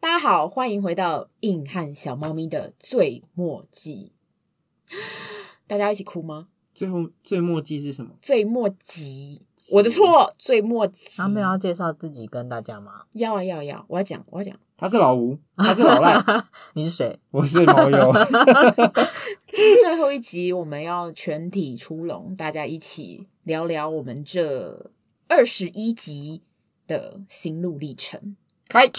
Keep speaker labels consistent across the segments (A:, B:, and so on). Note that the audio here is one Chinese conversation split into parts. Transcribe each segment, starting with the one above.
A: 大家好，欢迎回到硬汉小猫咪的最末季。大家一起哭吗？
B: 最后最末季是什么？
A: 最末集，我的错，最末集。
C: 他们要介绍自己跟大家吗？
A: 要啊要要，我要讲我要讲，
B: 他是老吴，他是老赖，
C: 你是谁？
B: 我是毛友。
A: 最后一集我们要全体出笼，大家一起聊聊我们这二十一集的心路历程。
B: 开，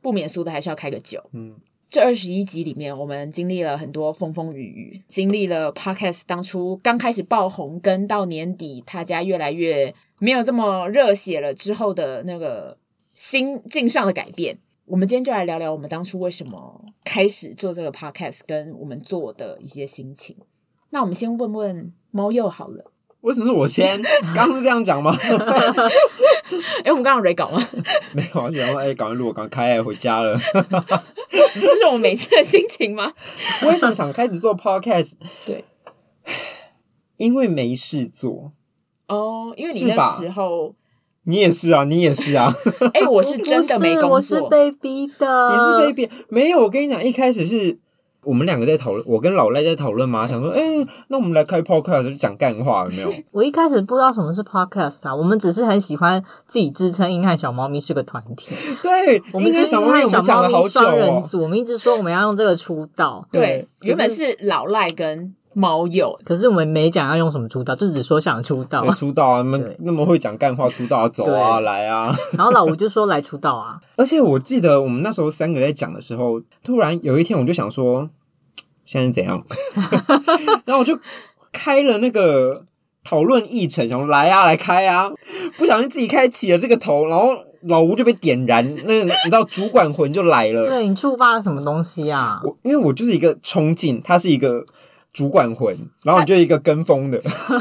A: 不免俗的还是要开个酒。
B: 嗯，
A: 这二十一集里面，我们经历了很多风风雨雨，经历了 Podcast 当初刚开始爆红，跟到年底大家越来越没有这么热血了之后的那个心境上的改变。我们今天就来聊聊我们当初为什么开始做这个 Podcast，跟我们做的一些心情。那我们先问问猫鼬好了，
B: 为什么是我先？刚刚是这样讲吗？
A: 诶，哎我们刚刚有 re 稿吗？
B: 没有，我想说，哎、赶快录，我赶快开，哎回家了。
A: 这是我们每次的心情吗？
B: 为什么想开始做 podcast？
A: 对，
B: 因为没事做。
A: 哦，因为你
B: 是
A: 那
B: 吧
A: 时候，
B: 你也是啊，你也是 啊，
A: 诶，我是真的没工作，
C: 我是被逼的。
B: 你是被别没有。我跟你讲，一开始是我们两个在讨论，我跟老赖在讨论嘛，想说，哎、那我们来开 podcast 就讲干话，有没有？
C: 我一开始不知道什么是 podcast 啊，我们只是很喜欢自己自称“硬汉小猫咪”是个团体。
B: 对，
C: 我们
B: 应该
C: 是
B: 想
C: “硬
B: 问
C: 汉
B: 我
C: 小
B: 们讲
C: 猫
B: 了好
C: 咪”
B: 久
C: 双人
B: 哦。
C: 组，我们一直说我们要用这个出道，
A: 对
B: 对，
A: 原本是老赖跟猫友，
C: 可是我们没讲要用什么出道，就只说想出道
B: 对。出道啊，那么
C: 对
B: 那么会讲干话，出道啊，走啊，
C: 对
B: 来啊！
C: 然后老吴就说来出道啊，
B: 而且我记得我们那时候三个在讲的时候，突然有一天我就想说，现在是怎 样？ 然后我就开了那个讨论议程，想说来啊，来开啊！不小心自己开启了这个头，然后老吴就被点燃，那你知道主管魂就来了。
C: 对你触发了什么东西啊？
B: 我因为我就是一个冲劲，他是一个主管魂，然后你就一个跟风的，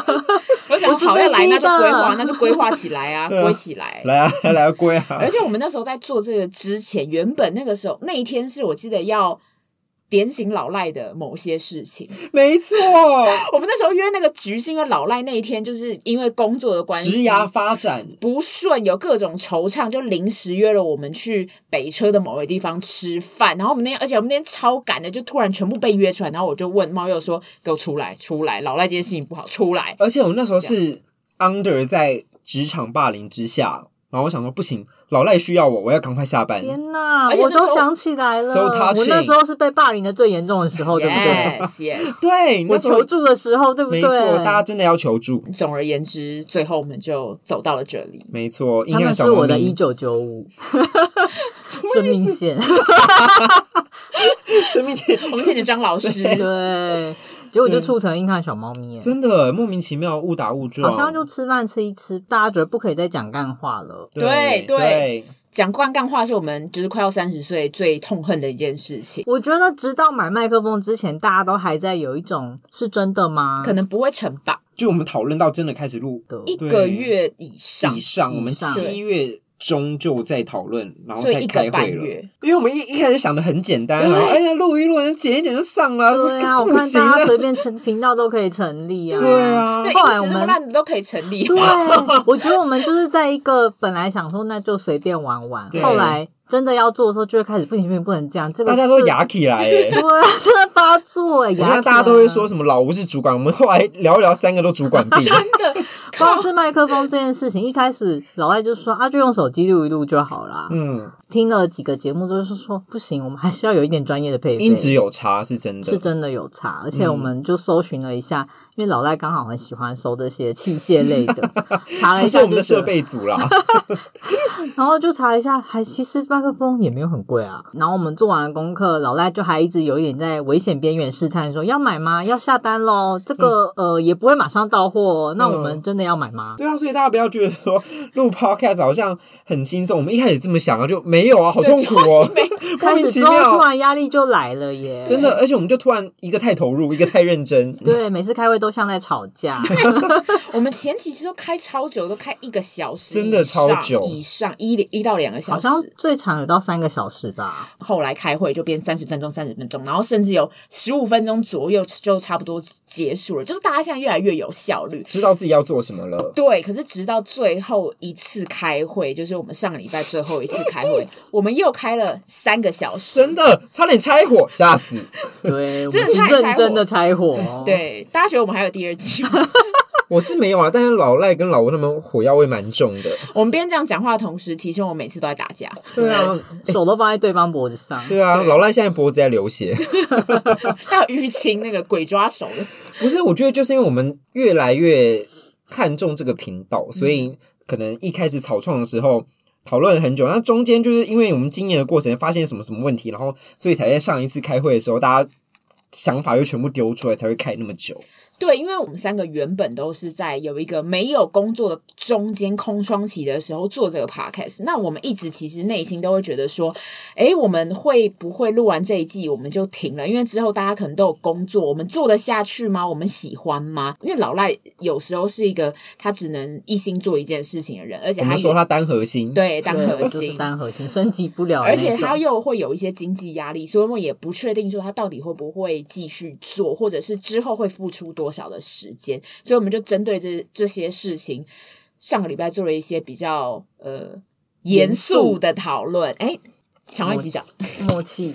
A: 我想
C: 我是
A: 好要来
C: 被逼
A: 那就规划，
C: 的
A: 那就规划起来 啊，
B: 对啊
A: 规起来。
B: 来啊，来啊，龟啊
A: 而！且我们那时候在做这个之前，原本那个时候那一天是我记得要点醒老赖的某些事 情。
B: 没错，
A: 我们那时候约那个局是因为老赖那一天就是因为工作的关
B: 职
A: 系。
B: 涯发展，
A: 不顺，有各种惆怅，就临时约了我们去北车的某个地方吃饭。然后我们那天，而且我们那天超赶的，就突然全部被约出来。然后我就问猫又说：“给我出来，出来！老赖今天心情不好，出来
B: 而且我那时候是 under 在职场霸凌之下，然后我想说不行，老赖需要我，我要赶快下班。
C: 天哪，
A: 而且那
C: 我
A: 时候
C: 都想起来了
B: So touching
C: 我那时候是被霸凌的最严重的时候，对不对？
A: ！”Yes, yes。
B: 对，
C: 我
B: 那时候
C: 求助的时候，对不
B: 没
C: 对？
B: 错，大家真的要求助，
A: 总而言之，最后我们就走到了这里。
B: 没错，硬
C: 他
B: 汉
C: 们
B: 小
C: 是
B: 猫
C: 我的一
B: 咪，
C: 九九 五，生命线，
B: 生命 线
A: 我们谢谢张老 师，
C: 对，结果就促成硬汉小猫咪耶，
B: 真哦的莫名其妙误打误撞，
C: 好像就吃饭吃一吃，大家觉得不可以再讲干话了。
B: 对
A: 对对讲惯干话是我们就是快要三十岁最痛恨的一件事情，
C: 我觉得直到买麦克风之前，大家都还在有一种是真的
B: 嗯
C: 吗？
A: 可能不会成吧，
B: 就我们讨论到真的开始录
C: 的
A: 一
B: 对
A: 个月以上
B: 以，上，我们
C: 以上
B: 七月。中就在讨论，然后
A: 所
B: 再
A: 以一
B: 开
A: 个半
B: 会了。
A: 月。
B: 因为我们一一开始想的很简单，
A: 对
B: 然后哎呀录一录，剪一剪就上了，
C: 对啊，我
B: 不
C: 看
B: 行
C: 大家
B: 了，
C: 随便成频道都可以成立啊。
B: 对。啊
A: 对，，
C: 后来
A: 一
C: 我
A: 直
C: 们
A: 那么烂的都可以成立
C: 对，，啊我觉得我们就是在一个本来想说那就随便玩 玩，
B: 对
C: 后来真的要做的时候，就会开始不行不行不能 这样，这个
B: 大家都
C: 这
B: 牙起来、 欸。
C: 对，啊真的发作哎，
B: 我
C: 牙
B: 看大家都会说什么老吴是主管，我们后来聊一聊，三个都主 管病。
A: 真的靠
C: 光是麦克风这件事情，一开始老赖就说啊，就用手机录一录就好啦。
B: 嗯，
C: 听了几个节目之后，就是说不行，我们还是要有一点专业的配备。
B: 音质有嗯差是真的，
C: 是真的有差，而且我们就搜寻了一下，因为老赖刚好很喜欢搜这些器械 类的，查了
B: 还
C: 一
B: 是
C: 下
B: 我们的
C: 就觉
B: 设
C: 得，
B: 备组 啦。
C: 然后就查了一下，还其实麦克风也没有很贵啊。然后我们做完了功课，老赖就还一直有一点在危险边缘试探，说要买吗？要下单喽？这个、
A: 嗯
C: 呃也不会马上到货哦，那我们真的要买吗？
B: 对啊，所以大家不要觉得说录 podcast 好像很轻松，我们一开始这么想啊，就没有啊，好痛苦哦， 莫
C: 开
B: 名
C: 始
B: 其
C: 之后突
B: 妙。
C: 然压力就来了耶，
B: 真的，而且我们就突然一个太投入，一个太认真。
C: 对，每次开会都像在吵 架。
A: 我们前几次都开超久，都开一个小时以上，
B: 真的超久
A: 以上上一一到两个小
C: 好
A: 时
C: 像，最长有到三个小时 吧。
A: 后来开会就变三十分钟、三十分钟，然后甚至有十五分钟左右就差不多结束了。就是大家现在越来越有效率。
B: 知道自己要做什么了。
A: 对，可是直到最后一次开会，就是我们上个礼拜最后一次开 会，我们又开了三个小时，
B: 真的差点拆火，吓死！
C: 对，我
A: 真的
C: 们是
A: 拆
C: 认真的拆哦火。，
A: 对，大家觉得我们还有第二季吗？
B: 我是没有啊，但是老赖跟老吴他们火药味蛮重的。
A: 我们边这样讲话的同时，其实我们每次都在打架。
B: 对啊，
C: 手都放在对方脖子上。
B: 对啊，
A: 对
B: 老赖现在脖子在流血。
A: 还有淤青那个鬼抓手的，
B: 不是，我觉得就是因为我们越来越看重这个频道，所
A: 嗯
B: 以可能一开始草创的时候讨论了很久，那中间就是因为我们今年的过程发现什么什么问题，然后所以才在上一次开会的时候，大家想法又全部丢出来，才会开那么久。
A: 对，因为我们三个原本都是在有一个没有工作的中间空窗期的时候做这个 podcast。那我们一直其实内心都会觉得说，诶，我们会不会录完这一季我们就停了？因为之后大家可能都有工作，我们做得下去吗？我们喜欢吗？因为老赖有时候是一个他只能一心做一件事情的人，而且
B: 我
A: 他
B: 们
A: 也
B: 说他单核心，
A: 对当
C: 对，
A: 核
C: 就是
A: 心。
C: 单核心升级不了的
A: 而
C: 那种，
A: 且他又会有一些经济压力，所以我也不确定说他到底会不会继续做，或者是之后会付出多少的时间。所以我们就针对这这些事情，上个礼拜做了一些比较呃严肃的讨论。哎，场外击掌，
C: 默契，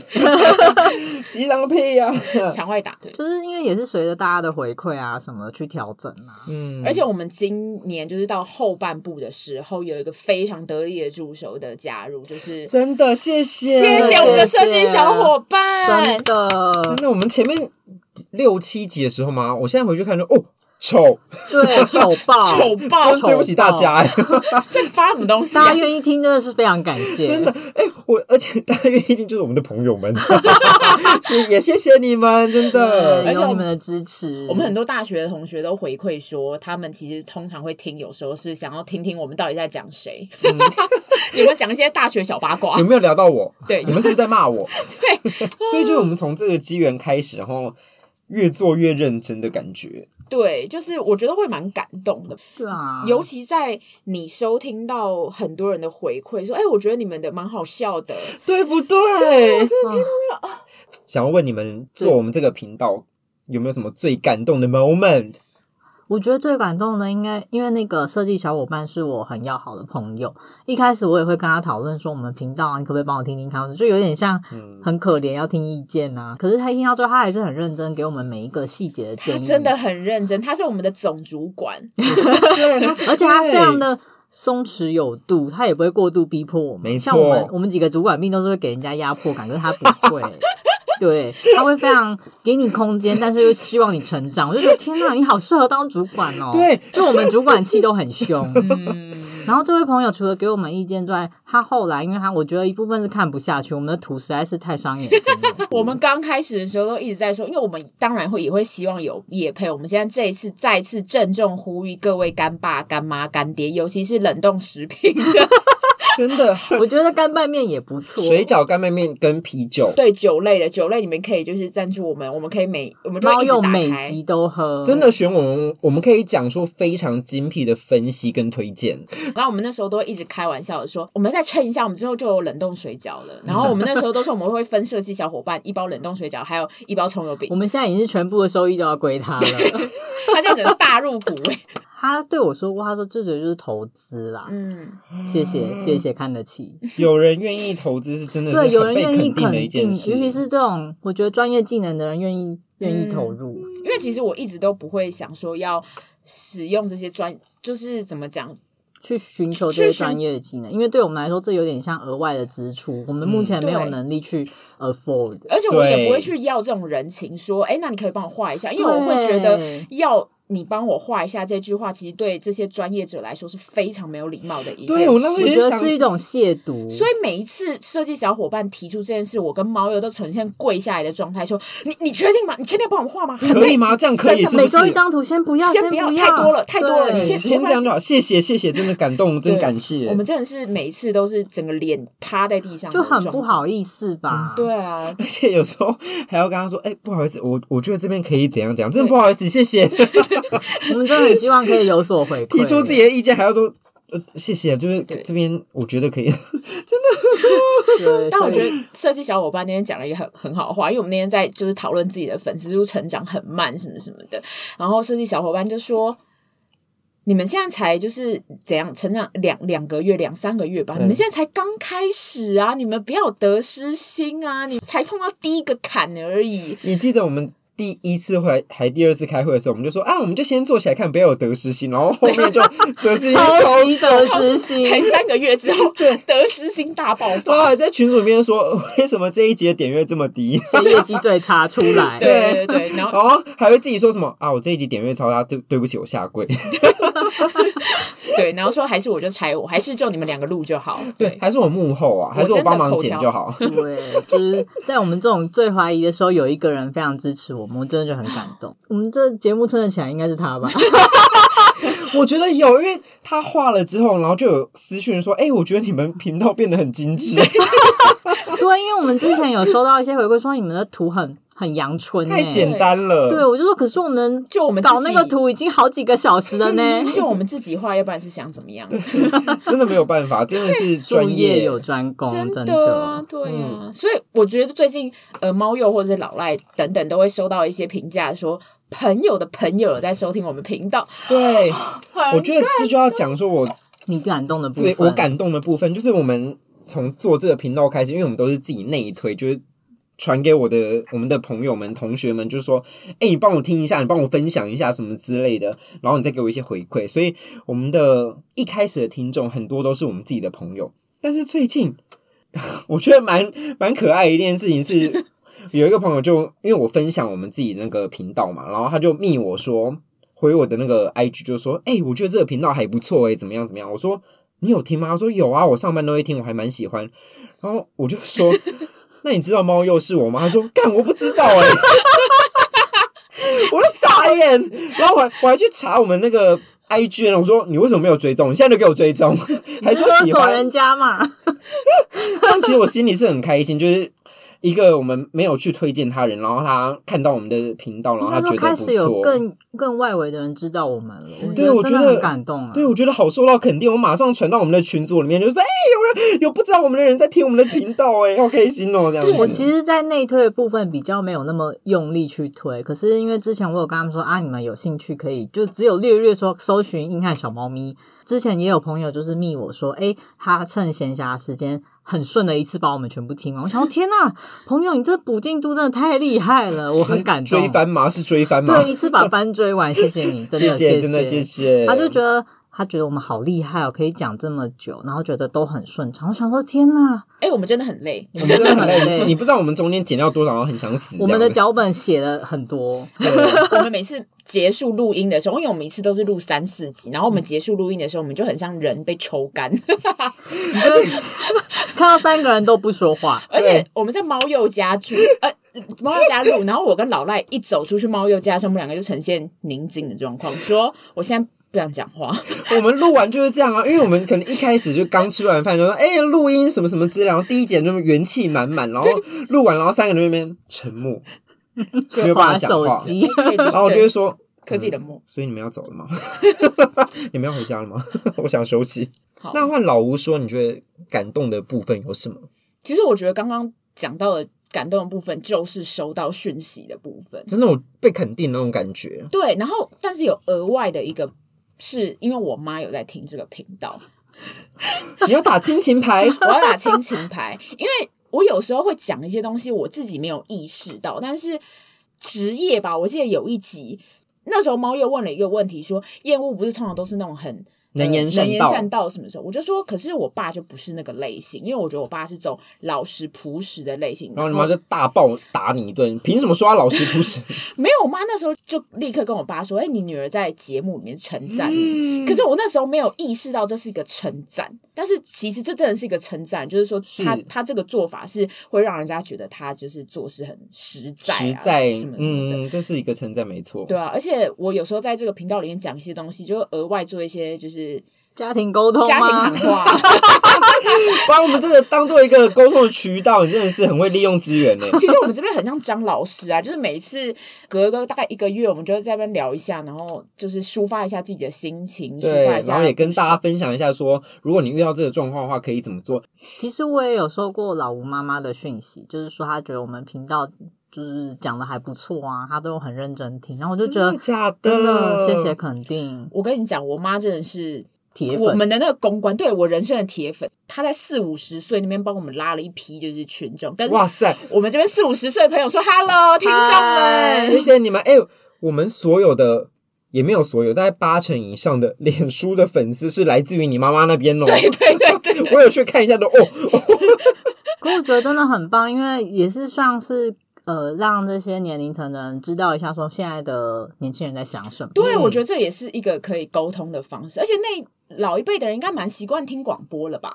B: 急张个屁 呀、
A: 场外打对。
C: 就是因为也是随着大家的回馈啊什么的去调整啊。
B: 嗯，
A: 而且我们今年就是到后半部的时候，有一个非常得力的助手的加入，就是
B: 真的谢谢，
A: 谢谢我们的设计小伙
C: 真
A: 伴。
C: 的，
B: 那我们前面六七集的时候嘛，我现在回去看就哦，丑，
C: 对，丑爆，
A: 丑爆
B: 真对不起大家、哎
A: 在发什么东西、啊
C: 大家？愿意听真的是非常感谢，
B: 真的，哎、我而且大家愿意听就是我们的朋友们， 也也谢谢你们，真
C: 对，
B: 的。
A: 而且
C: 有
A: 我
C: 你
A: 们
C: 们的支持，
A: 我们很多大学的同学都回馈说，他们其实通常会听，有时候是想要听听我们到底在讲谁， 有没有讲一些大学小八卦
C: 嗯
B: 有？没有聊到 我？
A: 对
B: 你们是不是在骂我？
A: 对
B: 所以就是我们从这个机缘开始，然后越做越认真的感觉。
A: 对，就是我觉得会蛮感动的，
C: 对啊，
A: 尤其在你收听到很多人的回馈，说：“哎、我觉得你们的蛮好笑的。
B: 对不对？
C: 啊
B: 想要问你们做我们这个频道有没有什么最感动的 moment？
C: 我觉得最感动的应该，因为那个设计小伙伴是我很要好的朋友。一开始我也会跟他讨论说，我们频道啊，你可不可以帮我听听看？就有点像
B: 嗯
C: 很可怜要听意见啊。可是他一听到最后，他还是很认真给我们每一个细节的”建
A: 他
C: 议，
A: 真的，很认真，他是我们的总主管，
B: 对，他是
C: 而且他
B: 对
C: 非常的松弛有度，他也不会过度逼迫我们。
B: 没错
C: 像我们我们几个主管命都是会给人家压迫感，可是他不会。 对，他会非常给你空间，但是又希望你成长。我就觉得天哪，你好适合当主管哦！
B: 对，
C: 就我们主管气都很凶，
A: 嗯，。
C: 然后这位朋友除了给我们意见之外，他后来因为他我觉得一部分是看不下去，我们的图实在是太伤眼睛了
A: 我们刚开始的时候都一直在说，因为我们当然会也会希望有夜配。我们现在这一次再次郑重呼吁各位干爸、干妈、干爹，尤其是冷冻食品的
B: 真的
C: 我觉得干拌面也不 错，
B: 水饺、干拌面跟啤酒，
A: 对酒类的酒类，你们可以就是赞助我们，我们可以每我们就
C: 猫
A: 会一直
C: 又
A: 打
C: 美
A: 开。
C: 极都喝，
B: 真的选我们，我们可以讲出非常精辟的分析跟推荐。
A: 然后我们那时候都会一直开玩笑的说，我们再称一下，我们之后就有冷冻水饺了。然后我们那时候都说我们会分设计小伙伴一包冷冻水饺，还有一包葱油饼
C: 我。们现在已经是全部的收益都要归他 了。
A: 他现在整个大入股哎、
C: 他对我说过，他说这个就是投资啦，
A: 嗯，
C: 谢谢谢谢看得起。
B: 有人愿意投资是真的
C: 对，
B: 是
C: 有
B: 很
C: 人
B: 被
C: 愿意
B: 肯定
C: 肯
B: 的一件
C: 尤
B: 事，
C: 其是这种我觉得专业技能的人愿意愿意
A: 嗯
C: 投入。
A: 因为其实我一直都不会想说要使用这些专，就是怎么讲，
C: 去寻求
A: 去
C: 这些
A: 寻
C: 专业的技能，因为对我们来说，这有点像额外的支出，我们目
B: 嗯
C: 前没有
A: 对
C: 能力去 afford。
A: 而且我也
B: 对
A: 不会去要这种人情，说，哎，那你可以帮我画一下，因为我会觉得
C: 对
A: 要你帮我画一下这句话，其实对这些专业者来说是非常没有礼貌的一件
B: 对我那
A: 事
B: 时候。
C: 我
B: 也
C: 觉得
B: 想
C: 是一种亵渎。
A: 所以每一次设计小伙伴提出这件事，我跟毛友都呈现跪下来的状态，说：“你你确定吗？你确定要帮我们画吗？很
B: 可以
A: 累？
B: 吗？这样可以
A: 真
B: 是
A: 的
B: 不
C: 每
B: 是
C: 周？一张图，先不要，
A: 先
C: 不
A: 不要太多了太多了你
B: 对
C: 对
A: 先
B: 先这样就好，谢谢谢谢，真的感动，真感谢。
A: 我们真的是每一次都是整个脸趴在地上的
C: 就很
A: 状
C: 不
A: 态。
C: 好意思吧？
A: 嗯对啊，
B: 而且有时候还要跟他说，哎、不好意思，我我觉得这边可以怎样怎样，真的不好意思，谢谢。
C: 我们真的很希望可以有所回
B: 提
C: 馈，
B: 出自己的意见，还要说呃，谢谢，就是
A: 对
B: 这边我觉得可以，
C: 对，
A: 但我觉
C: 所以
A: 得设计小伙伴那天讲了一个很很好的话，因为我们那天在就是讨论自己的粉丝数成长很慢什么什么的，然后设计小伙伴就说。你们现在才就是怎样成长两两个月两三个月吧？
B: 嗯
A: 你们现在才刚开始啊！你们不要得失心啊！你才碰到第一个坎而已。
B: 你记得我们第一次会还第二次开会的时候，我们就说啊，我们就先做起来看，不要有得失心，然后后面就得失心
C: 超
B: 超
C: 级
B: 重。
C: 得失
A: 才
C: 心，
A: 三个月之 后，得失心大爆
B: 然
A: 发
B: 后。还在群组里面说， 为什么这一集的点阅这么低？
C: 所以业绩最差出来。
A: 对对对，然后
B: 然后还会自己说什么啊，我这一集点阅超差，对对不起，我下 跪。
A: 对，然后说还是我就拆我，还是就你们两个录就好。对，
B: 还是我幕后啊，还是
A: 我
B: 我
A: 真的
B: 帮忙
A: 口
B: 剪
A: 条
B: 就好。
C: 对，就是在我们这种最怀疑的时候，有一个人非常支持我们，我真的就很感动。我们这节目撑得起来应该是他吧？
B: 我觉得有，因为他画了之后，然后就有私讯说，哎、我觉得你们频道变得很 精致，
C: 对，因为我们之前有收到一些回馈，说你们的图很很阳春、欸，
B: 太简单了。
C: 对，我就说，可是我们
A: 就我们
C: 搞
A: 自
C: 那
A: 己
C: 个图已经好几个小时了呢。
A: 就我们自己画，要不然是想怎么样？
B: 真的没有办法，真的是
C: 术
B: 专
C: 业有专
B: 哦
C: 攻，真
A: 真啊，对啊，
B: 嗯
A: 所以我觉得最近呃，猫鼬或者是老赖等等都会收到一些评价说。朋友的朋友有在收听我们频道，
B: 对，我觉
A: 得
B: 得这就要讲说我
C: 你感动的部
B: 最
C: 分，
B: 我感动的部分，就是我们从做这个频道开始，因为我们都是自己内推，就是。传给我的我们的朋友们、同学们，就是说，哎、你帮我听一下，你帮我分享一下什么之类的，然后你再给我一些回馈。所以我们的一开始的听众很多都是我们自己的朋友，但是最近 我觉得蛮蛮可爱的一件事情是，有一个朋友就因为我分享我们自己那个频道嘛，然后他就密我说回我的那个 IG 就说，哎、我觉得这个频道还不错哎、怎么样怎么样？我说你有听吗？他说有啊，我上班都会听，我还蛮喜欢。然后我就说， 那你知道猫又是我吗？他说干，我不知道哎、 我就傻眼，然后我还我还去查我们那个 I G，我说你为什么没有追踪？你现在就给我追踪，还说
C: 勒
B: 喜
C: 索
B: 欢
C: 人家嘛，
B: 但其实我心里是很开心，就是一个我们没有去推荐他人，然后他看到我们的频道，然后
C: 应该
B: 哦他
C: 说
B: 觉
C: 开
B: 得
C: 始
B: 不
C: 有
B: 错。
C: 更更外围的人知道我们了，
B: 对我
C: 真
B: 觉
C: 的
B: 得
C: 很感动啊。
B: 对，我觉得好受到肯定，我马上传到我们的群组里面，就说：“哎、有人有不知道我们的人在听我们的频道、哎，好开心哦、这样子。”
C: 我其实，在内推的部分比较没有那么用力去推，可是因为之前我有跟他们说啊，你们有兴趣可以，就只有略略说搜寻硬汉小猫咪。之前也有朋友就是密我说，诶，他趁闲暇时间很顺的一次把我们全部听完。我想说，天呐，朋友，你这补进度真的太厉害了，我很感动。
B: 啊追番吗？是追番吗？
C: 对，一次把番追完，谢谢你，真的
B: 谢
C: 谢，
B: 真的谢谢。
C: 他就觉得他觉得我们好厉害哦，可以讲这么久，然后觉得都很顺畅。我想说，天呐，
A: 哎、我们真的很累，
B: 我们真的很
C: 很
B: 累，
C: 累
B: 你不知道我们中间剪掉多少，然后很想死。
C: 我们的
B: 这样
C: 脚本写了很多。
A: 我们每次结束录音的时候，因为我们一次都是录三四集，然后我们结束录音的时候，我们就很像人被抽干，
C: 看到三个人都不说话，
A: 而且我们在猫鼬家住， 呃，猫鼬家录，然后我跟老赖一走出去猫鼬家的时候，我们两个就呈现宁静的状况，说我现在不想讲话，
B: 我们录完就是这样啊，因为我们可能一开始就刚吃完饭，就说哎，录、音什么什么之类，然后第一节就元气满满，然后录完，然后三个人在那边沉 默，没有办法
C: 划
B: 讲
C: 手
B: 话，
C: 机。
A: 可以理
B: 然哦后我就
A: 对
B: 会说，嗯
A: 科技冷漠。
B: 所以你们要走了吗？ 你们要回家了吗？ 我想休息。
A: 好，
B: 那换老吴说，你觉得感动的部分有什么？
A: 其实我觉得刚刚讲到的感动的部分，就是收到讯息的部分。
B: 真的，我被肯定的那种感觉。
A: 对，然后但是有额外的一个，是因为我妈有在听这个频道，
B: 你要打亲情 牌，
A: 我要打亲情牌，因为我有时候会讲一些东西，我自己没有意识到，但是职业吧，我记得有一集。那时候猫又问了一个问题说厌恶不是通常都是那种很
B: 能言
A: 呃
B: 善
A: 能言
B: 道。
A: 善道什么时候？我就说，可是我爸就不是那个类型，因为我觉得我爸是走老实朴实的类型。
B: 然后你妈就大暴打你一顿，凭什么说他老实不实？
A: 没有，我妈那时候就立刻跟我爸说：“哎、你女儿在节目里面称 赞
B: 嗯
A: 你。可是我那时候没有意识到这是一个称赞，但是其实这真的是一个称赞，就是说
B: 是
A: 她她这个做法是会让人家觉得她就是做事很实在、啊、
B: 实在
A: 什么，什么的。啊
B: 嗯，这是一个称赞，没错。
A: 对啊，而且我有时候在这个频道里面讲一些东西，就会额外做一些就是
C: 家庭沟通
A: 家庭
C: 吗
A: 喊？话。
B: 把我们这个当做一个沟通的渠道，你真的是很会利用资源 呢。
A: 其实我们这边很像张老师啊，就是每一次隔个大概一个月，我们就会在那边聊一下，然后就是抒发一下自己的心情，抒
B: 对
A: 发一，下。
B: 然后也跟大家分享一下说，如果你遇到这个状况的话，可以怎么做？
C: 其实我也有收过老吴妈妈的讯息，就是说她觉得我们频道就是讲的还不错啊，她都很认真听，然后我就觉得
B: 真的假的？
C: 真的谢谢肯定
A: 我跟你讲，我妈真的是
C: 铁
A: 我
C: 粉，
A: 们的那个公关，对我人生的铁粉，她在四五十岁那边帮我们拉了一批就是群众，跟
B: 哇塞，
A: 我们这边四五十岁的朋友说 “hello”，听众
C: 嗨
A: 们
B: 谢，谢你们！哎、我们所有的也没有所有，大概八成以上的 脸书的粉丝是来自于你妈妈那边哦。
A: 对对对对对，
B: 我有去看一下的哦，
C: 可我觉得真的很棒，因为也是像是呃让这些年龄层的人知道一下，说现在的年轻人在想什么。
A: 对我觉得这也是一个可以沟通的方式，而且那老一辈的人应该蛮习惯听广播了吧？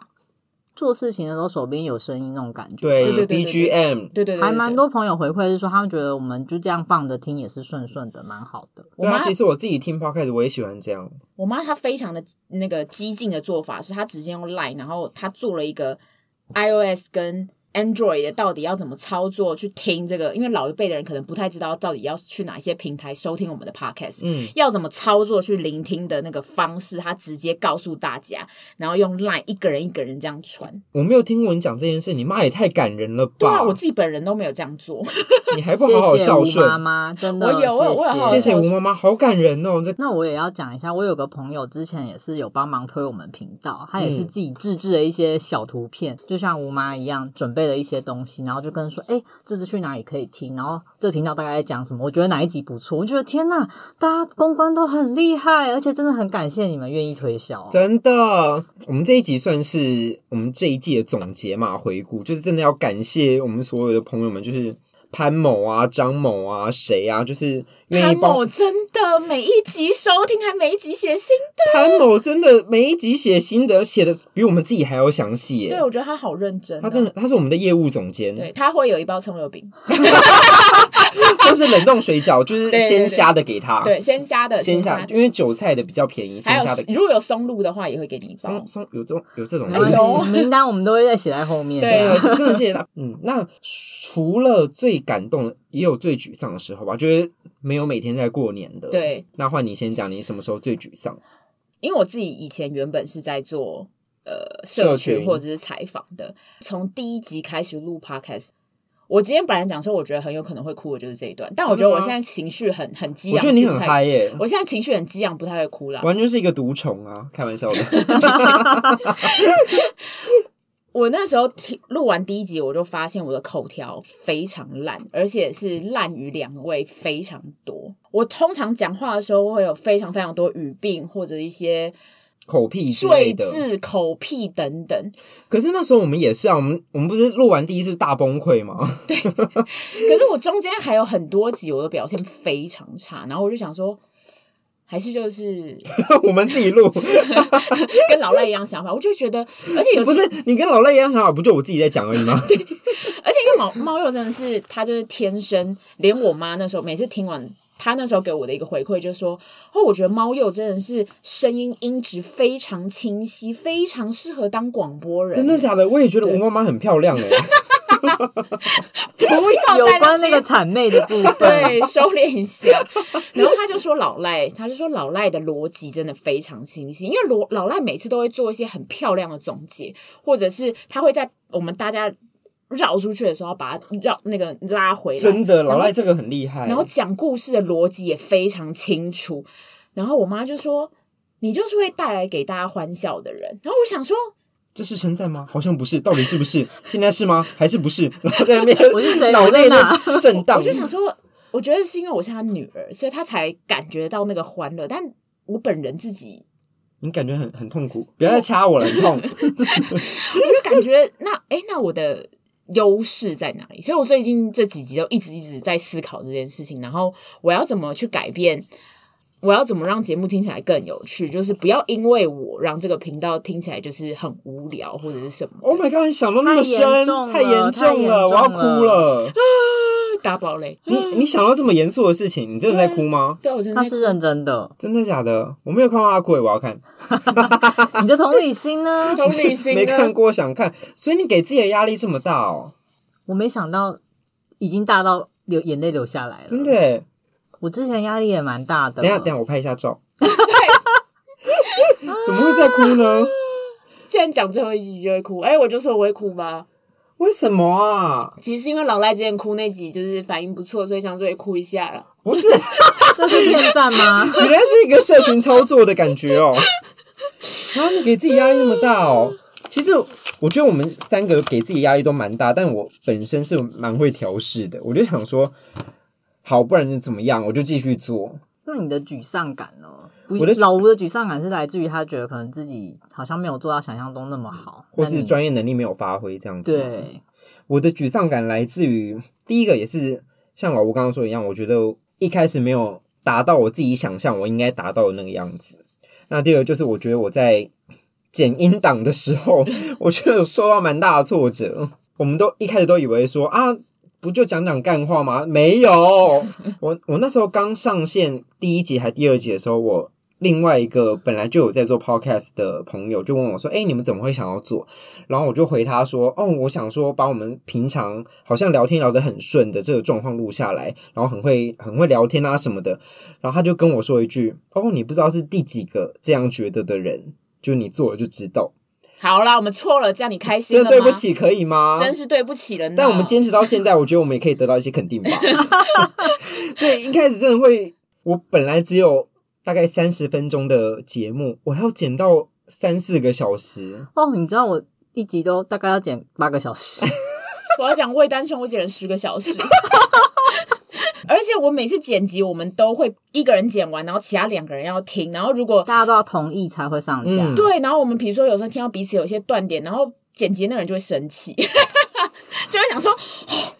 C: 做事情的时候手边有声音那种感觉。
B: 对
A: 对对对对
B: BGM，
A: 对对对对对，
C: 还蛮多朋友回馈是说，他们觉得我们就这样放着听也是顺顺的，蛮好的。
A: 我
B: 对啊，
A: 妈
B: 其实我自己听 podcast 我也喜欢这样，
A: 我妈她非常的那个激进的做法是，她直接用 Line，然后她做了一个 iOS 跟 Android 的到底要怎么操作去听这个，因为老一辈的人可能不太知道到底要去哪些平台收听我们的 Podcast，、
B: 嗯，
A: 要怎么操作去聆听的那个方式，她直接告诉大家，然后用 Line 一个人一个人这样传。
B: 我没有听过你讲这件事，你妈也太感人了吧？
A: 对啊，我自己本人都没有这样做，
B: 你还不好好
C: 谢谢
B: 孝
C: 吴
B: 顺，
C: 妈妈，真的，
A: 我有我有我有好好
B: 谢
C: 谢
B: 谢吴妈妈，好感人哦，
A: 嗯
B: 这
C: 那我也要讲一下，我有个朋友之前也是有帮忙推我们频道，他也
B: 嗯
C: 是自己自制了一些小图片，就像吴妈一样准备了一些东西，然后就跟说，哎、这次去哪里可以听，然后这频道大概在讲什么，我觉得哪一集不错，我觉得天呐，大家公关都很厉害，而且真的很感谢你们愿意推销。
B: 真的，我们这一集算是我们这一季的总结嘛，回顾，就是真的要感谢我们所有的朋友们，就是潘某啊、张某啊、谁啊，就是愿意
A: 潘
B: 帮
A: 某真的每一集收听，还每一集写信，
B: 潘某，真的每一集写心得写的比我们自己还要详细耶
A: 对。我觉得他好认真、哦，
B: 他真的，他是我们的业务总监，
A: 对他会有一包葱油饼，
B: 就是冷冻水饺，就是
A: 对对对
B: 鲜虾的给他，
A: 对鲜虾的
B: 鲜
A: 虾
B: 虾，因为韭菜的比较便宜，
A: 还
B: 鲜虾的
A: 有，如果有松露的话，也会给你一包
B: 松。松有这种有这种
C: 没
B: 东
C: 关
B: 西
C: 系
A: 哎呦
C: 名单我们都会再写在后面。
A: 对
B: 对，真的谢谢他。嗯，那除了最感动，也有最沮丧的时候吧。就是没有每天在过年的。，
A: 对，
B: 那换你先讲，你什么时候最沮丧？
A: 因为我自己以前原本是在做呃社
B: 社
A: 群
B: 群
A: 或者是采访的，从第一集开始录 podcast。我今天本来讲说，我觉得很有可能会哭的就是这一段，但我觉得我
B: 真的吗
A: 现在情绪很很激
B: 嗯我
A: 昂，
B: 觉得你
A: 是不
B: 很
A: 太
B: 嗨耶、
A: 我现在情绪很激昂，不太会哭啦。
B: 完全是一个毒虫啊！开玩笑 的，
A: 我那时候听录完第一集，我就发现我的口条非常烂，而且是烂于两位非常多。我通常讲话的时候会有非常非常多语病或者一些
B: 口癖之类
A: 赘
B: 的。
A: 字、口癖等等。
B: 可是那时候我们也是啊，我们我们不是录完第一次大崩溃吗？
A: 可是我中间还有很多集我的表现非常差，然后我就想说，还是 就是
B: 我们自己 录，
A: 跟老赖一样想法，我就觉得，而且有
B: 不是你跟老赖一样想啊法，不就我自己在讲而已吗？
A: 而且因为猫猫鼬真的是，它就是天生，连我妈那时候每次听完，她那时候给我的一个回馈就是说，哦，我觉得猫鼬真的是声音音质非常清晰，非常适合当广播人。
B: 真的假的？我也觉得
A: 对
B: 吴妈妈很漂亮哎、
A: 不要
C: 有
A: 再
C: 关那个谄媚的 部分，
A: 对，收敛一下。然后他就说老赖，他就说老赖的逻辑真的非常清晰，因为罗老赖每次都会做一些很漂亮的总结，或者是他会在嗯我们大家绕出去的时候，把它绕那个拉回来。
B: 真的，老
A: 然后
B: 赖这个很厉害。
A: 然后讲故事的逻辑也非常清楚。然后我妈就说：“你就是会带来给大家欢笑的人。”然后我想说，
B: 这是称赞吗？好像不是，到底是不 是？现在是吗？还是不是？然后在那边
C: 我是谁
B: 脑
C: 我
B: 内
C: 在哪
B: 在震荡。
A: 我就想说，我觉得是因为我是她女儿，所以她才感觉到那个欢乐。但我本人自己，
B: 你感觉很很痛苦，不要再掐我了，很 痛。
A: 我就感觉那诶，那我的优势在哪里？所以我最近这几集都一直一直在思考这件事情，然后我要怎么去改变。我要怎么让节目听起来更有趣？就是不要因为我让这个频道听起来就是很无聊或者是什么。
B: Oh my god！你想到那么
C: 太严
B: 深，
C: 重了
B: 太严
C: 太严
B: 重了，我要
C: 重
B: 哭了。
A: 打堡垒。
B: 你你想到这么严肃的事情，你真的在哭吗？
A: 对，啊我真的
C: 他
A: 在
C: 是认 真的，
B: 真的假的？我没有看过阿贵，我要看，
C: 你的同理心 呢？
A: 同理心
B: 没看
A: 呢，
B: 过想看，所以你给自己的压力这么大哦，
C: 我没想到已经大到流眼泪流下来了，
B: 真的。耶。
C: 我之前压力也蛮大的，
B: 等一下等一下，我拍一下 照。 怎么会在哭呢？
A: 既然讲最后一集就会哭，哎、我就说我会哭吗？
B: 为什么啊？
A: 其实是因为老赖之前哭那集就是反应不错，所以想说也哭一下了。
B: 不 是，
C: 这是骗赞吗？
B: 原来是一个社群操作的感觉哦。 然后你给自己压力那么大哦。其实我觉得我们三个给自己压力都蛮大，但我本身是蛮会调试的。我就想说，好，不然你怎么样，我就继续做。
C: 那你的沮丧感呢？不
B: 我的沮
C: 老吴的沮丧感是来自于他觉得可能自己好像没有做到想象中那么好，
B: 嗯或
C: 那
B: 是
C: 你
B: 专业能力没有发挥这样子。，
C: 对，
B: 我的沮丧感来自于第一个，也是像老吴刚刚说的一样，我觉得一开始没有达到我自己想象我应该达到的那个样子。那第二个就是我觉得我在剪音档的时候， 我觉得有受到蛮大的挫折。我们都一开始都以为说啊，不就讲讲干话吗？没有，我我那时候刚上线第一集还第二集的时候，我另外一个本来就有在做 podcast 的朋友就问我说：“哎、你们怎么会想要做？”然后我就回他说：“哦，我想说把我们平常好像聊天聊得很顺的这个状况录下来，然后很会很会聊天啊什么的。”然后他就跟我说一句：“哦，你不知道是第几个这样觉得的人，就你做了就知道。
A: 好啦，我们错了，这样你开心
B: 真
A: 了
B: 的
A: 吗？
B: 对不，起，可以吗？
A: 真是对不起了呢。
B: 但我们坚持到现在，我觉得我们也可以得到一些 肯定吧。对，一开始真的会，我本来只有大概三十分钟的节目，我还要剪到三四个小时。
C: 哦，你知道我一集都大概要剪八个小时，
A: 我要讲魏丹雄，我剪了十个小时。 而且我每次剪辑，我们都会一个人剪完，然后其他两个人要听。然后如果
C: 大家都要同意才会上架。
B: 嗯
A: 对，然后我们比如说有时候听到彼此有一些断点，然后剪辑那个人就会生气， 就会想说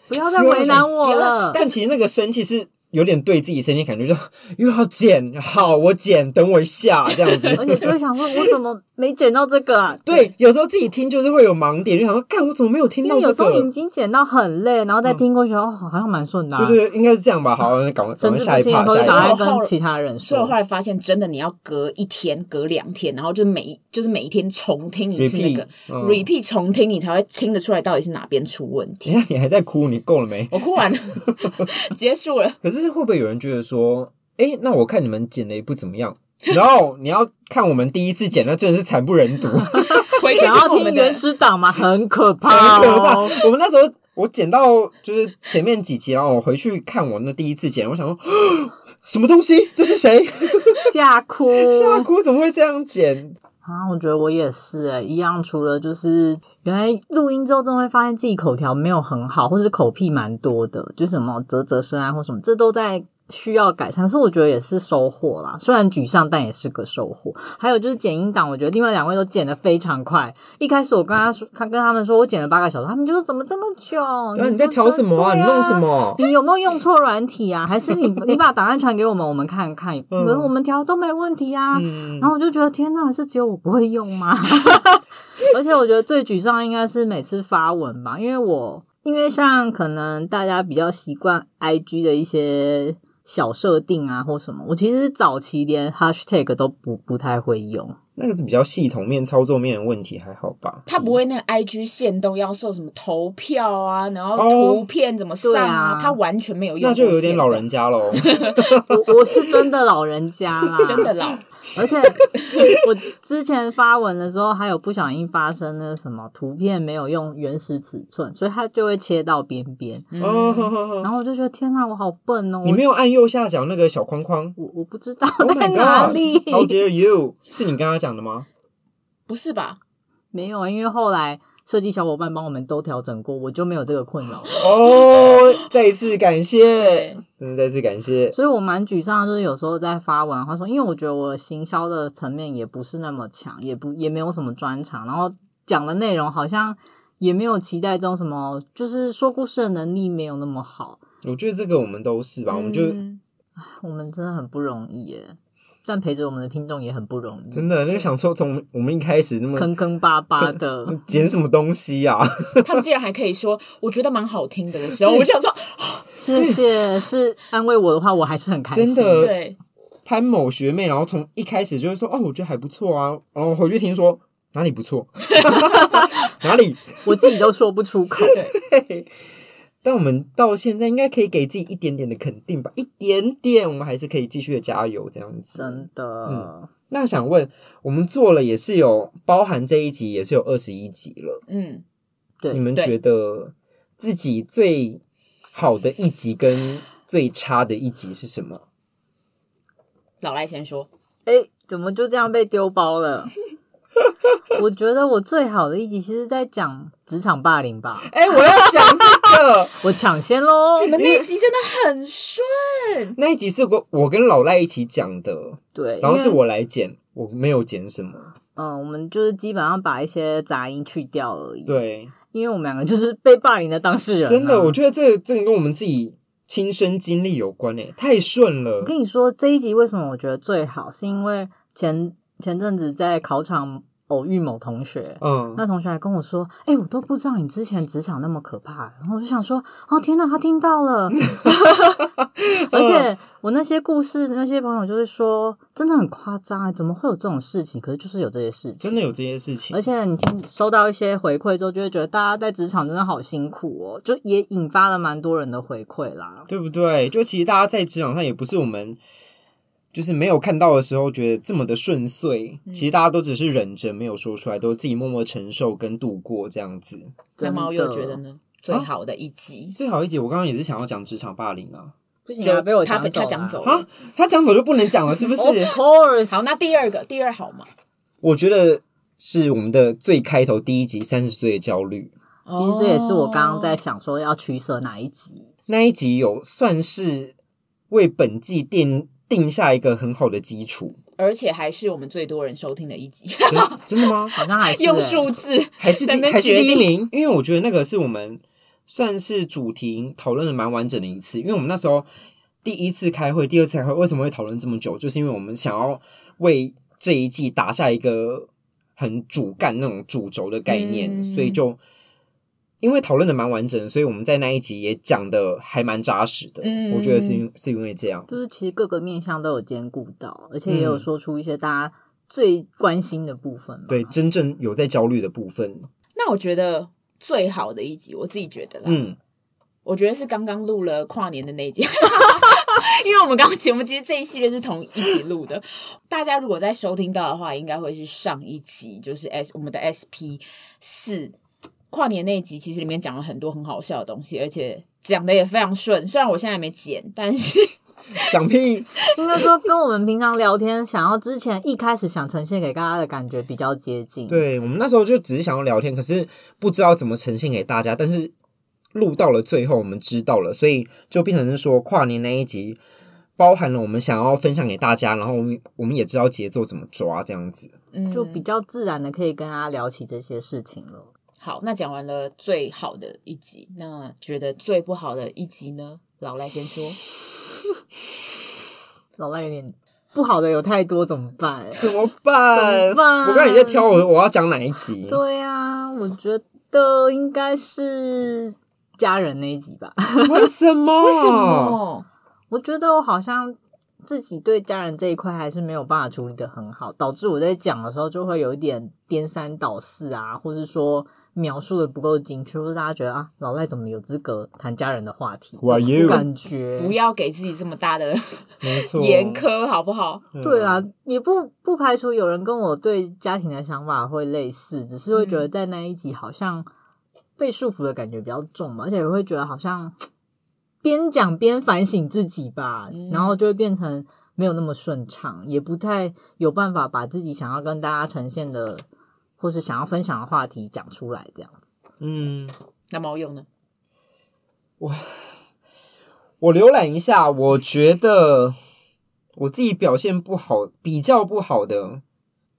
C: 不要再为难 我了。
B: 啊但其实那个生气是有点对自己生气，感觉就又要剪，好，我剪，等我一下这样
C: 而
B: 子。
C: 且就会想说，我怎么没剪到这个啊？
B: 对，有时候自己听就是会有盲点，就想说，干，我怎么没有听
C: 因
B: 到
C: 为有
B: 这
C: 时候你已
B: 个？
C: 经剪到很累，然后再听过去，哦，好像蛮顺的、啊。
B: 对对对，应该是这样吧。好，那赶快赶
C: 甚
B: 快
C: 至
B: 下
C: 不
B: 一
C: 信的
B: 趴，
C: 时候，
B: 下一
C: 想
B: 趴
A: 来。
C: 要跟其他人
A: 所以我
C: 说
A: 后。来发现，真的你要隔一天、隔两天，然后就每一就是每一天重听一次那个
B: Repeat，嗯
A: repeat 重听，你才会听得出来到底是哪边出问
B: 等
A: 题。
B: 一下，你还在哭，你够了没？
A: 我哭完了， 结束了。
B: 可是会不会有人觉得说，诶，那我看你们剪的也不怎么样，然后你要看我们第一次剪，那真的是惨不忍睹，很
A: 回去
C: 想要
A: 我
C: 听
A: 们的
C: 原始档吗？很可怕、
B: 可怕
C: 哦，。
B: 我们那时候我剪到就是前面几集，然后我回去看我那第一次剪，我想说， 什么东西？这是谁？
C: 吓哭，
B: 夏哭怎么会这样剪？
C: 啊！我觉得我也是、欸，一样。除了就是原来录音之后，真的会发现自己口条没有很好，或是口癖蛮多的，就是什么啧啧声啊，或什么，这都在需要改善。可是我觉得也是收获啦，虽然沮丧，但也是个收获。还有就是剪音档，我觉得另外两位都剪得非常快。一开始我跟他说，他跟他们说我剪了八个小时，他们就说怎么这么久？
B: 然后你在调什么啊？
C: 对
B: 你弄什？么？
C: 你有没有用错软体啊？还 是你你把档案传给我们，我们看看？
B: 嗯
C: 可是我们调都没问题啊。
B: 嗯
C: 然，后我就觉得天呐，是只有我不会用吗？ 而且我觉得最沮丧应该是每次发文吧，因为我因为像可能大家比较习惯 IG 的一些小设定啊或什么，我其实早期连 hashtag 都不不太会用。
B: 那个是比较系统面、操作面的问题，还好吧？
A: 他不会那个 IG 限动要受什么投票啊，然
B: 哦
A: 后图片怎么上
C: 对啊
A: 他完全没有用过
B: 那就
A: 限动，
B: 有点老人家 喽。
C: 我我是真的老人家啦，
A: 真的老。
C: 而且我之前发文的时候，还有不小心发生那个什么图片没有用原始尺寸，所以它就会切到边边。
B: 哦呵
A: 嗯，
B: 呵呵
C: 然后我就觉得天哪，我好笨哦！
B: 你没有按右下角那个小框框
C: 我我不知道
B: Oh
C: 在
B: my
C: 哪里。
B: god！How dare you？是你跟他讲的吗？
A: 不是吧？
C: 没有啊，因为后来设计小伙伴帮我们都调整过，我就没有这个困扰了。
B: 哦，再一次感谢
A: 对，
B: 真的再次感谢。
C: 所以我蛮沮丧的，就是有时候在发文啊话说，因为我觉得我行销的层面也不是那么强，也不也没有什么专长，然后讲的内容好像也没有期待中什么，就是说故事的能力没有那么好，
B: 我觉得这个我们都是吧，我们就
A: 嗯
C: 我们真的很不容易耶。但陪着我们的听众也很不容易，
B: 真的就想说，从我们一开始那么
C: 坑坑巴巴的。
B: 剪什么东西啊？
A: 他们竟然还可以说，我觉得蛮好听的的时候，我就想说，
C: 谢 谢，是安慰我的话，我还是很开
B: 真
C: 心。
B: 的
A: 对，
B: 潘某学妹，然后从一开始就是说，哦，我觉得还不错啊，然后回去听说哪里不错， 哪里。
C: 我自己都说不 出口。
B: 但我们到现在应该可以给自己一点点的肯定吧，一点点，我们还是可以继续的加油这样子。
C: 真的，
B: 那想问，我们做了也是有包含这一集，也是有二十一集了，
A: 嗯，
C: 对
B: 你们
A: 对
B: 觉得自己最好的一集跟最差的一集是什么？
A: 老赖先说，
C: 哎、怎么就这样被丢包 了？我觉得我最好的一集其实在讲职场霸凌吧，
B: 哎、我要讲这个。
C: 我抢先喽。
A: 你们那一集真的很顺，啊
B: 那一集是我我跟老赖一起讲的，
C: 对，
B: 然后是
C: 因为
B: 我来剪，我没有剪什么。
C: 嗯，我们就是基本上把一些杂音去掉而已。，
B: 对，
C: 因为我们两个就是被霸凌的当事人啊、
B: 真的，我觉得这这个跟我们自己亲身经历有关诶、太顺了
C: 我。跟你说，这一集为什么我觉得最好，是因为前前阵子在考场偶遇某同学，
B: 嗯，
C: 那同学还跟我说：“哎、我都不知道你之前职场那么可怕。”然后我就想说：“哦，天哪，他听到 了！”而
A: 嗯
C: 且我那些故事，那些朋友就是说，真的很夸张哎，怎么会有这种事情？可是就是有这些事情，
B: 真的。有这些事情
C: 而，且你听收到一些回馈之后，就会觉得大家在职场真的好辛苦哦，就也引发了蛮多人的回馈啦。
B: 对不对？就其实大家在职场上也不是我们就是没有看到的时候觉得这么的顺遂，
C: 嗯
B: 其实大家都只是忍着没有说出来，都自己默默承受跟度过这样子。
A: 那
C: 真的
A: 猫又觉得呢？最好的一集，
B: 最好一集，我刚刚也是想要讲职场霸凌啊，
C: 不行、啊，被我
A: 他
C: 走
A: 被他讲
C: 啦
A: 走。
B: 啊
A: 了。，
B: 他讲走就不能讲了，是 不是？
C: Of course，
A: 好，那第二个，第二好嘛？
B: 我觉得是我们的最开头第一集三十岁的焦虑
C: 其实这也是我刚
A: 哦
C: 刚在想说要取舍哪一集。
B: 那一集，有算是为本季奠定下一个很好的基础。
A: 而且还是我们最多人收听的一集，
B: 真 真的吗？
C: 好像还 是
A: 用
C: 欸
A: 数字
B: 还是
A: 在
B: 第
A: 那
B: 还
A: 边
B: 是
A: 决
B: 第一
A: 定。
B: 名？因为我觉得那个是我们算是主题讨论的蛮完整的一次，因为我们那时候第一次开会，第二次开会为什么会讨论这么久，就是因为我们想要为这一季打下一个很主干那种主轴的概念，
A: 嗯
B: 所以就。因为讨论的蛮完整，所以我们在那一集也讲的还蛮扎实的。
A: 嗯
B: 我觉得是因是因为这样，
C: 就是其实各个面向都有兼顾到，而且也
B: 嗯
C: 有说出一些大家最关心的部分嘛。
B: 对真正有在焦虑的部分，
A: 那我觉得最好的一集，我自己觉得啦，
B: 嗯，
A: 我觉得是刚刚录了跨年的那一集， 因为我们刚刚节目其实这一系列是同一起录的。大家如果在收听到的话，应该会是上一集，就是 S 我们的 SP 四跨年那一集，其实里面讲了很多很好笑的东西，而且讲的也非常顺。虽然我现在还没剪，但是
B: 讲屁，
C: 应该说跟我们平常聊天想要之前一开始想呈现给大家的感觉比较接近。，
B: 对我们那时候就只是想要聊天，可是不知道怎么呈现给大家。但是录到了最后，我们知道了，所以就变成是说跨年那一集包含了我们想要分享给大家，然后我们我们也知道节奏怎么抓这样子。
A: 嗯，
C: 就比较自然的可以跟大家聊起这些事情了。
A: 好。那讲完了最好的一集，那觉得最不好的一集呢？老赖先说，
C: 老赖有点不好的有太多，怎么 办？
B: 怎么办？
C: 怎么办
B: 我刚才也在挑我我要讲哪一集。
C: 对啊，我觉得应该是家人那一集吧。
B: 为什么？
A: 为什？么？
C: 我觉得我好像自己对家人这一块还是没有办法处理的很好，导致我在讲的时候就会有一点颠三倒四啊，或是说描述的不够精确，或者大家觉得啊，老赖怎么有资格谈家人的话题？
B: Who are
C: 这种
B: you？
C: 感觉
A: 不要给自己这么大的
B: 没 错，嗯
A: 严苛，好不好？
C: 对啊，也不不排除有人跟我对家庭的想法会类似，只是会觉得在那一集好像被束缚的感觉比较重嘛，而且也会觉得好像边讲边反省自己吧，
A: 嗯
C: 然后就会变成没有那么顺畅，也不太有办法把自己想要跟大家呈现的或是想要分享的话题讲出来，这样子。
B: 嗯。
A: 那猫用呢？
B: 我浏览一下，我觉得我自己表现不好，比较不好的，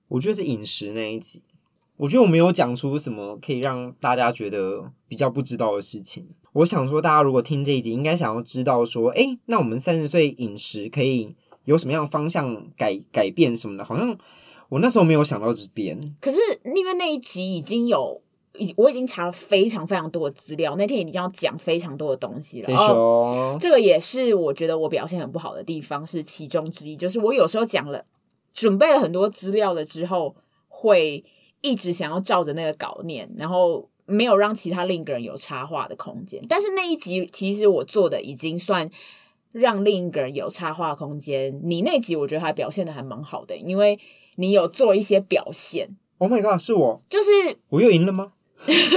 B: 我觉得是饮食那一集。我觉得我没有讲出什么可以让大家觉得比较不知道的事情。我想说，大家如果听这一集，应该想要知道说，诶，那我们三十岁饮食可以有什么样的方向改改变什么的？好像我那时候没有想到这边，
A: 可是因为那一集已经有已我已经查了非常非常多的资料，那天已经要讲非常多的东西了。
B: 天
A: 哦
B: 雄，
A: 这个也是我觉得我表现很不好的地方，是其中之一。就是我有时候讲了，准备了很多资料了之后，会一直想要照着那个稿念，然后没有让其他另一个人有插话的空间。但是那一集其实我做的已经算让另一个人有插话空间。你那集我觉得还表现的还蛮好的，因为你有做一些表现，
B: ，Oh my god，是我，
A: 就是
B: 我又赢了吗？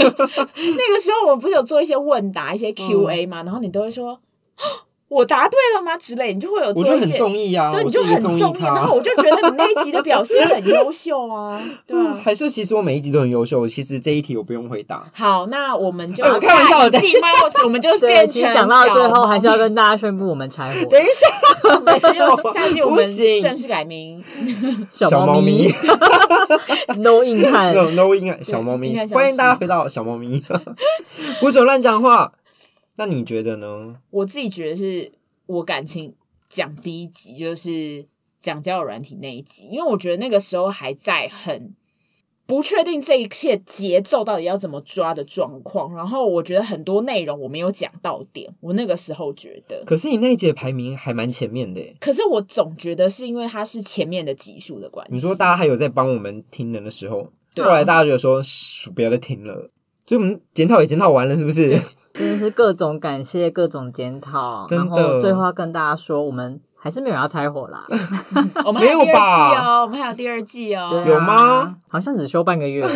A: 那个时候我们不是有做一些问答、一些
B: 嗯
A: Q&A 吗？然后你都会说 啊我答对了吗之类，你就会有
B: 我
A: 做
B: 就
A: 一
B: 很
A: 些，
B: 中意啊，
A: 对，
B: 我
A: 你
B: 是
A: 就
B: 一个
A: 很
B: 中
A: 中
B: 意
A: 意。然
B: 咖
A: 后。我就觉得你那一集的表现很优秀 啊，对
B: 嗯
A: 啊。
B: 还是其实我每一集都很优秀，其实这一题我不用回答。
A: 好，那我们就
B: 哎我开玩笑
A: 下一
B: 的
A: 季 Miles，我们就
C: 对，
A: 变
C: 其
A: 成
C: 实讲到
A: 小
C: 最后，
A: 猫
C: 还是要跟大家宣布我们拆伙
B: 等一下，没有，
A: 下一 季我
B: 不
A: 们
B: 行
A: 正式改名，
C: 小
B: 小
C: 猫
B: 猫咪
C: no 硬汉。
B: ，no no 应该小猫
A: 嗯
B: 咪
A: 应该，像
B: 欢迎
A: 是
B: 大家回到小猫咪， 不准乱讲话。那你觉得呢？
A: 我自己觉得是我感情讲第一集，就是讲交友软体那一集，因为我觉得那个时候还在很不确定这一切节奏到底要怎么抓的状况，然后我觉得很多内容我没有讲到点，我那个时候觉得。
B: 可是你那一节排名还蛮前面的耶，
A: 可是我总觉得是因为它是前面的集数的关系。
B: 你说大家还有在帮我们听人的时候，
A: 对啊
B: 后来大家就说嘘不要再听了，所以我们检讨也检讨完了，是不是？
C: 真的是各种感谢，各种检讨，
B: 真
C: 然
B: 的
C: 后最后要跟大家说，我们还是没有要拆 伙啦，
A: 哦我们还有
B: 没
A: 第二季
B: 有吧
A: 哦，我们还有第二季
C: 对
A: 哦
C: 啊。
B: 有吗？
C: 好像只休半个月，
A: 对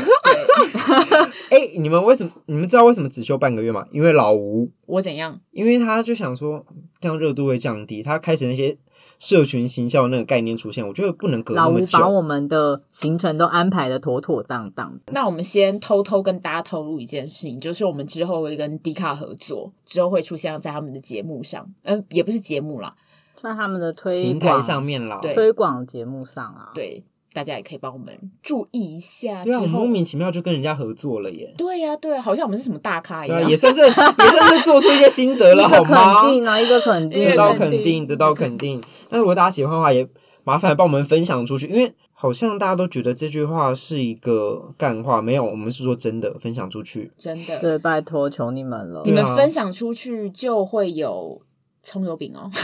B: 哎、你们为什么？你们知道为什么只休半个月吗？因为老吴，
A: 我怎样？
B: 因为他就想说这样热度会降低，他开始那些社群行销那个概念出现，我觉得不能隔
C: 老
B: 那么
C: 吴把
B: 久。
C: 我们的行程都安排的妥妥当当的。
A: 那我们先偷偷跟大家透露一件事情，就是我们之后会跟迪卡合作，之后会出现在他们的节目上，嗯、也不是节目啦，
C: 在他们的推
B: 平台
C: 广
B: 上面啦，
A: 对
C: 推广节目上啊，，
A: 对，大家也可以帮我们注意一下。
B: 对啊，
A: 之
B: 我们
A: 后
B: 莫名其妙就跟人家合作了耶。
A: 对呀、对、啊，好像我们是什么大咖一
B: 对啊，
A: 样。
B: 也 算是也算是做出一些心得了，
C: 一
B: 好
C: 个
B: 吗？
C: 肯定啊，一个肯定，
A: 一
B: 得
A: 个
B: 到
A: 肯
B: 肯定，
A: 定
B: 得到肯定。那如果大家喜欢的话，也麻烦帮我们分享出去，因为好像大家都觉得这句话是一个干话，没有，我们是说真的，分享出 去。
A: 真的，
B: 啊
C: 对，拜托求你们了
A: 你。
B: 对啊
A: 们分享出去就会有葱油饼哦。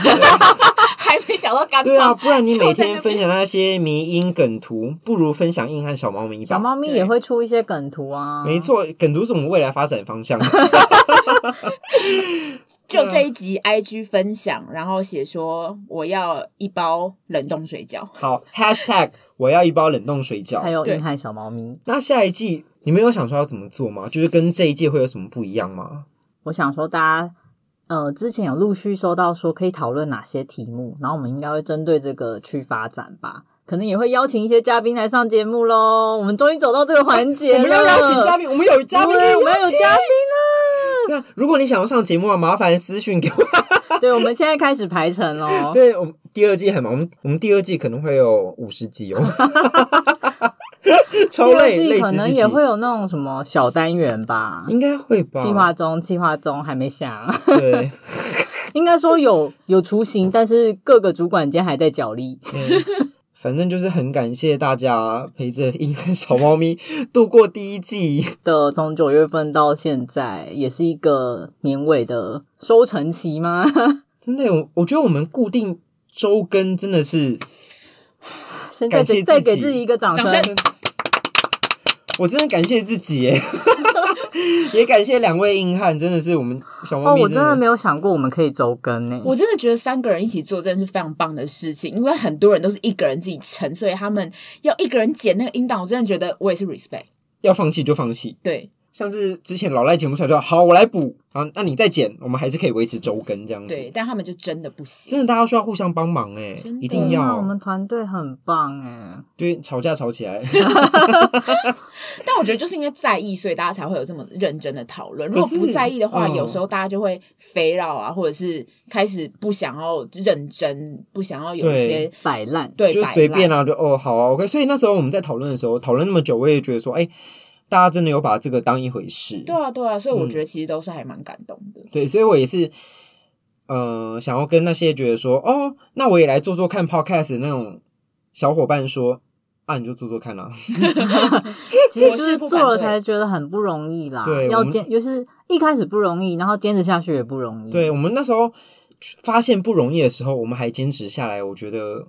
A: 还没讲到干
B: 对啊，
A: 话，
B: 不然你每
A: 就在那
B: 天
A: 边
B: 分享那些迷因梗图，不如分享硬汉小猫咪
C: 小
B: 吧。
C: 猫咪也会出一些梗图啊，
B: 没，错，梗图是我们未来发展 方向。
A: 就
B: 嗯
A: 这一集 IG 分享，然后写说我要一包冷冻水饺。
B: 好，#hashtag 我要一包冷冻水
C: 还
B: 饺。
C: 有
A: 对
C: 硬汉小猫咪。
B: 那下一季你们有想说要怎么做吗？就是跟这一季会有什么不一样吗？
C: 我想说，大家呃之前有陆续收到说可以讨论哪些题目，然后我们应该会针对这个去发展吧。可能也会邀请一些嘉宾来上节目喽。我们终于走到这个环节
B: 哎我
C: 了，
B: 们要邀请嘉宾，我们有嘉宾可以
C: 对我
B: 邀
C: 们有
B: 请。
C: 嘉宾
B: 那如果你想要上节目啊，麻烦私讯给我。
C: 了。对，我们现在开始排程喽。
B: 对我们第二季很忙，我们我们第二季可能会有五十集 哦，超累，
C: 第二
B: 累
C: 季可
B: 死
C: 能
B: 自己
C: 也。会有那种什么小单元吧。
B: 应该会吧？
C: 计划中，计划中还没想，
B: 对，
C: 应该说有有雏形，但是各个主管间还在角力。
B: 嗯反正就是很感谢大家陪着英汉小猫咪度过第一季。
C: 的从九月份到现在，也是一个年尾的收成期吗？
B: 真的，我我觉得我们固定周更真的是，
C: 现在
B: 感谢
C: 给
B: 自
C: 再
B: 己
C: 给自己一个掌声
A: 掌，声
B: 我真的感谢自己耶， 也感谢两位硬汉，真的是我们小猫
C: 哦，
B: 咪
C: 我
B: 真
C: 真的没有想过我们可以周更呢。
A: 我真的觉得三个人一起做真的是非常棒的事情，因为很多人都是一个人自己撑，所以他们要一个人剪那个音档，我真的觉得我也是 respect。
B: 要放弃就放弃。
A: 对
B: 像是之前老赖节目出来就好，我来补，然后那你再减，我们还是可以维持周更这样
A: 对，
B: 子。
A: 但他们就真的不行。
B: 真的，大家需要互相帮忙哎、
A: 真的
B: 一定
C: 对啊，我
B: 要
C: 们团队很棒哎，
B: 对吵架吵 起来。
A: 但我觉得就是因为在意，所以大家才会有这么认真的讨论。如
B: 可
A: 果
B: 是
A: 不在意的话，
B: 嗯
A: 有时候大家就会肥绕啊，或者是开始不想要认真，不想要有一些
C: 摆烂。
A: 对
B: 就
A: 摆
B: 随便
A: 烂
B: 啊，就哦好啊 OK。所以那时候我们在讨论的时候，讨论那么久，我也觉得说，哎、大家真的有把这个当一回事。
A: 对啊，对啊，所以我觉得
B: 嗯
A: 其实都是还蛮感动的。
B: 对，所以我也是，呃，想要跟那些觉得说，哦，那我也来做做看 podcast 的那种小伙伴说，啊，你 就做做看啦、
C: 其实
A: 我
C: 就是是
A: 不
C: 做
A: 反
C: 了
A: 对
C: 才觉得很不容易啦。
B: 对我
C: 要
B: 们
C: 坚，就是一开始不容易，然后坚持下去也不容易。
B: 对，我们那时候发现不容易的时候，我们还坚持下来，我觉得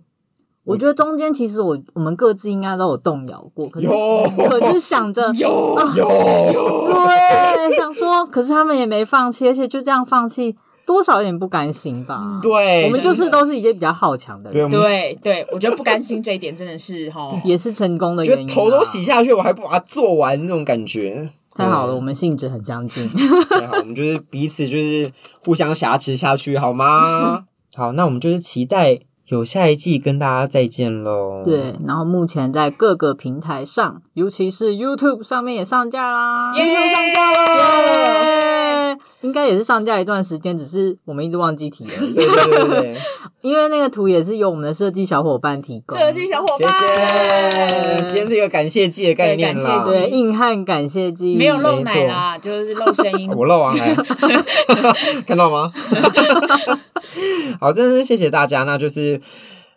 C: 我觉得中间其实我我们各自应该都有动摇过，可是
B: 有
C: 可是 想着
A: 有
C: 哦
B: 有
C: 对，想说，可是他们也没放弃，而且就这样放弃，多少有点不甘心吧。
B: 嗯对，
C: 我们就
B: 真
C: 是
B: 的
C: 都是一些比较好强的
B: 对，我
C: 人，
B: 们
A: 对对，我觉得不甘心这一点真的是哈，
C: 也是成功的
B: 觉
C: 原
B: 得
C: 因。啊
B: 头都洗，下去，我还不把它做完那种感觉。
C: 太好了，
B: 嗯
C: 我们性质很相 近。
B: 还好，我们就是彼此就是互相挟持下去，好吗？ 好，那我们就是期待有下一季跟大家再见喽。
C: 对，然后目前在各个平台上，尤其是 YouTube 上面也上架啦。
A: 耶
B: ，YouTube 上架喽！
C: 耶应该也是上架一段时间，只是我们一直忘记提 而已。
B: 对对对对对，
C: 因为那个图也是由我们的设计小伙伴提供，
A: 设计小伙
B: 谢
A: 伴，
B: 谢。今天是一个感谢季的概念
A: 对
B: 啦
A: 感，谢
C: 对
A: 季
C: 硬汉感谢机
A: 没有露奶啦，就是露声音
B: 啊。 我漏 完了，看到吗？ 好，真的是谢谢大家。那就是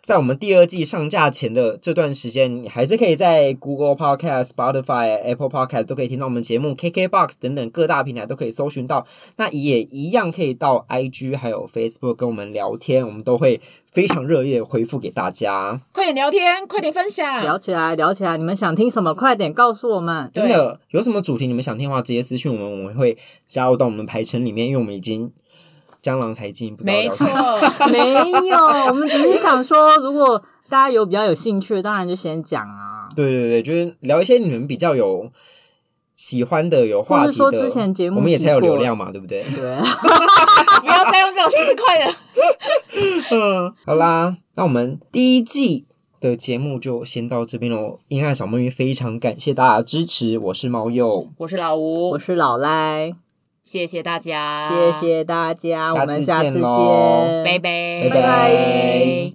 B: 在我们第二季上架前的这段时间，你还是可以在 Google Podcast、Spotify、Apple Podcast 都可以听到我们节目，KKBox 等等各大平台都可以搜寻到。那也一样可以到 IG 还有 Facebook 跟我们聊天，我们都会非常热烈地回复给大家。
A: 快点聊天，快点分享
C: 聊。起来，聊起来，你们想听什么？快点告诉我们。
B: 真的有什么主题你们想听的话，直接私讯我们，我们会加入到我们排程里面，因为我们已经江郎才尽，不知道
A: 没
B: 聊什
A: 错
B: 么。，
C: 没 有，我们只是想说，如果大家有比较有兴趣，当然就先讲啊。
B: 对对对，就是聊一些你们比较有喜欢的、有话题的。
C: 或者说之前节目
B: 我们也才有
C: 提过
B: 流量嘛，对不对？
C: 对，
A: 不要再用这种市侩的。
B: 嗯，好啦，那我们第一季的节目就先到这边喽。阴暗小猫咪非常感谢大家的支持，我是猫鼬，
A: 我是老
C: 我
A: 吴，
C: 是老赖，
A: 谢谢大家，
C: 谢，谢大家，我们下
B: 下
C: 次
B: 次见咯
C: 见，
A: 拜拜，
B: 拜拜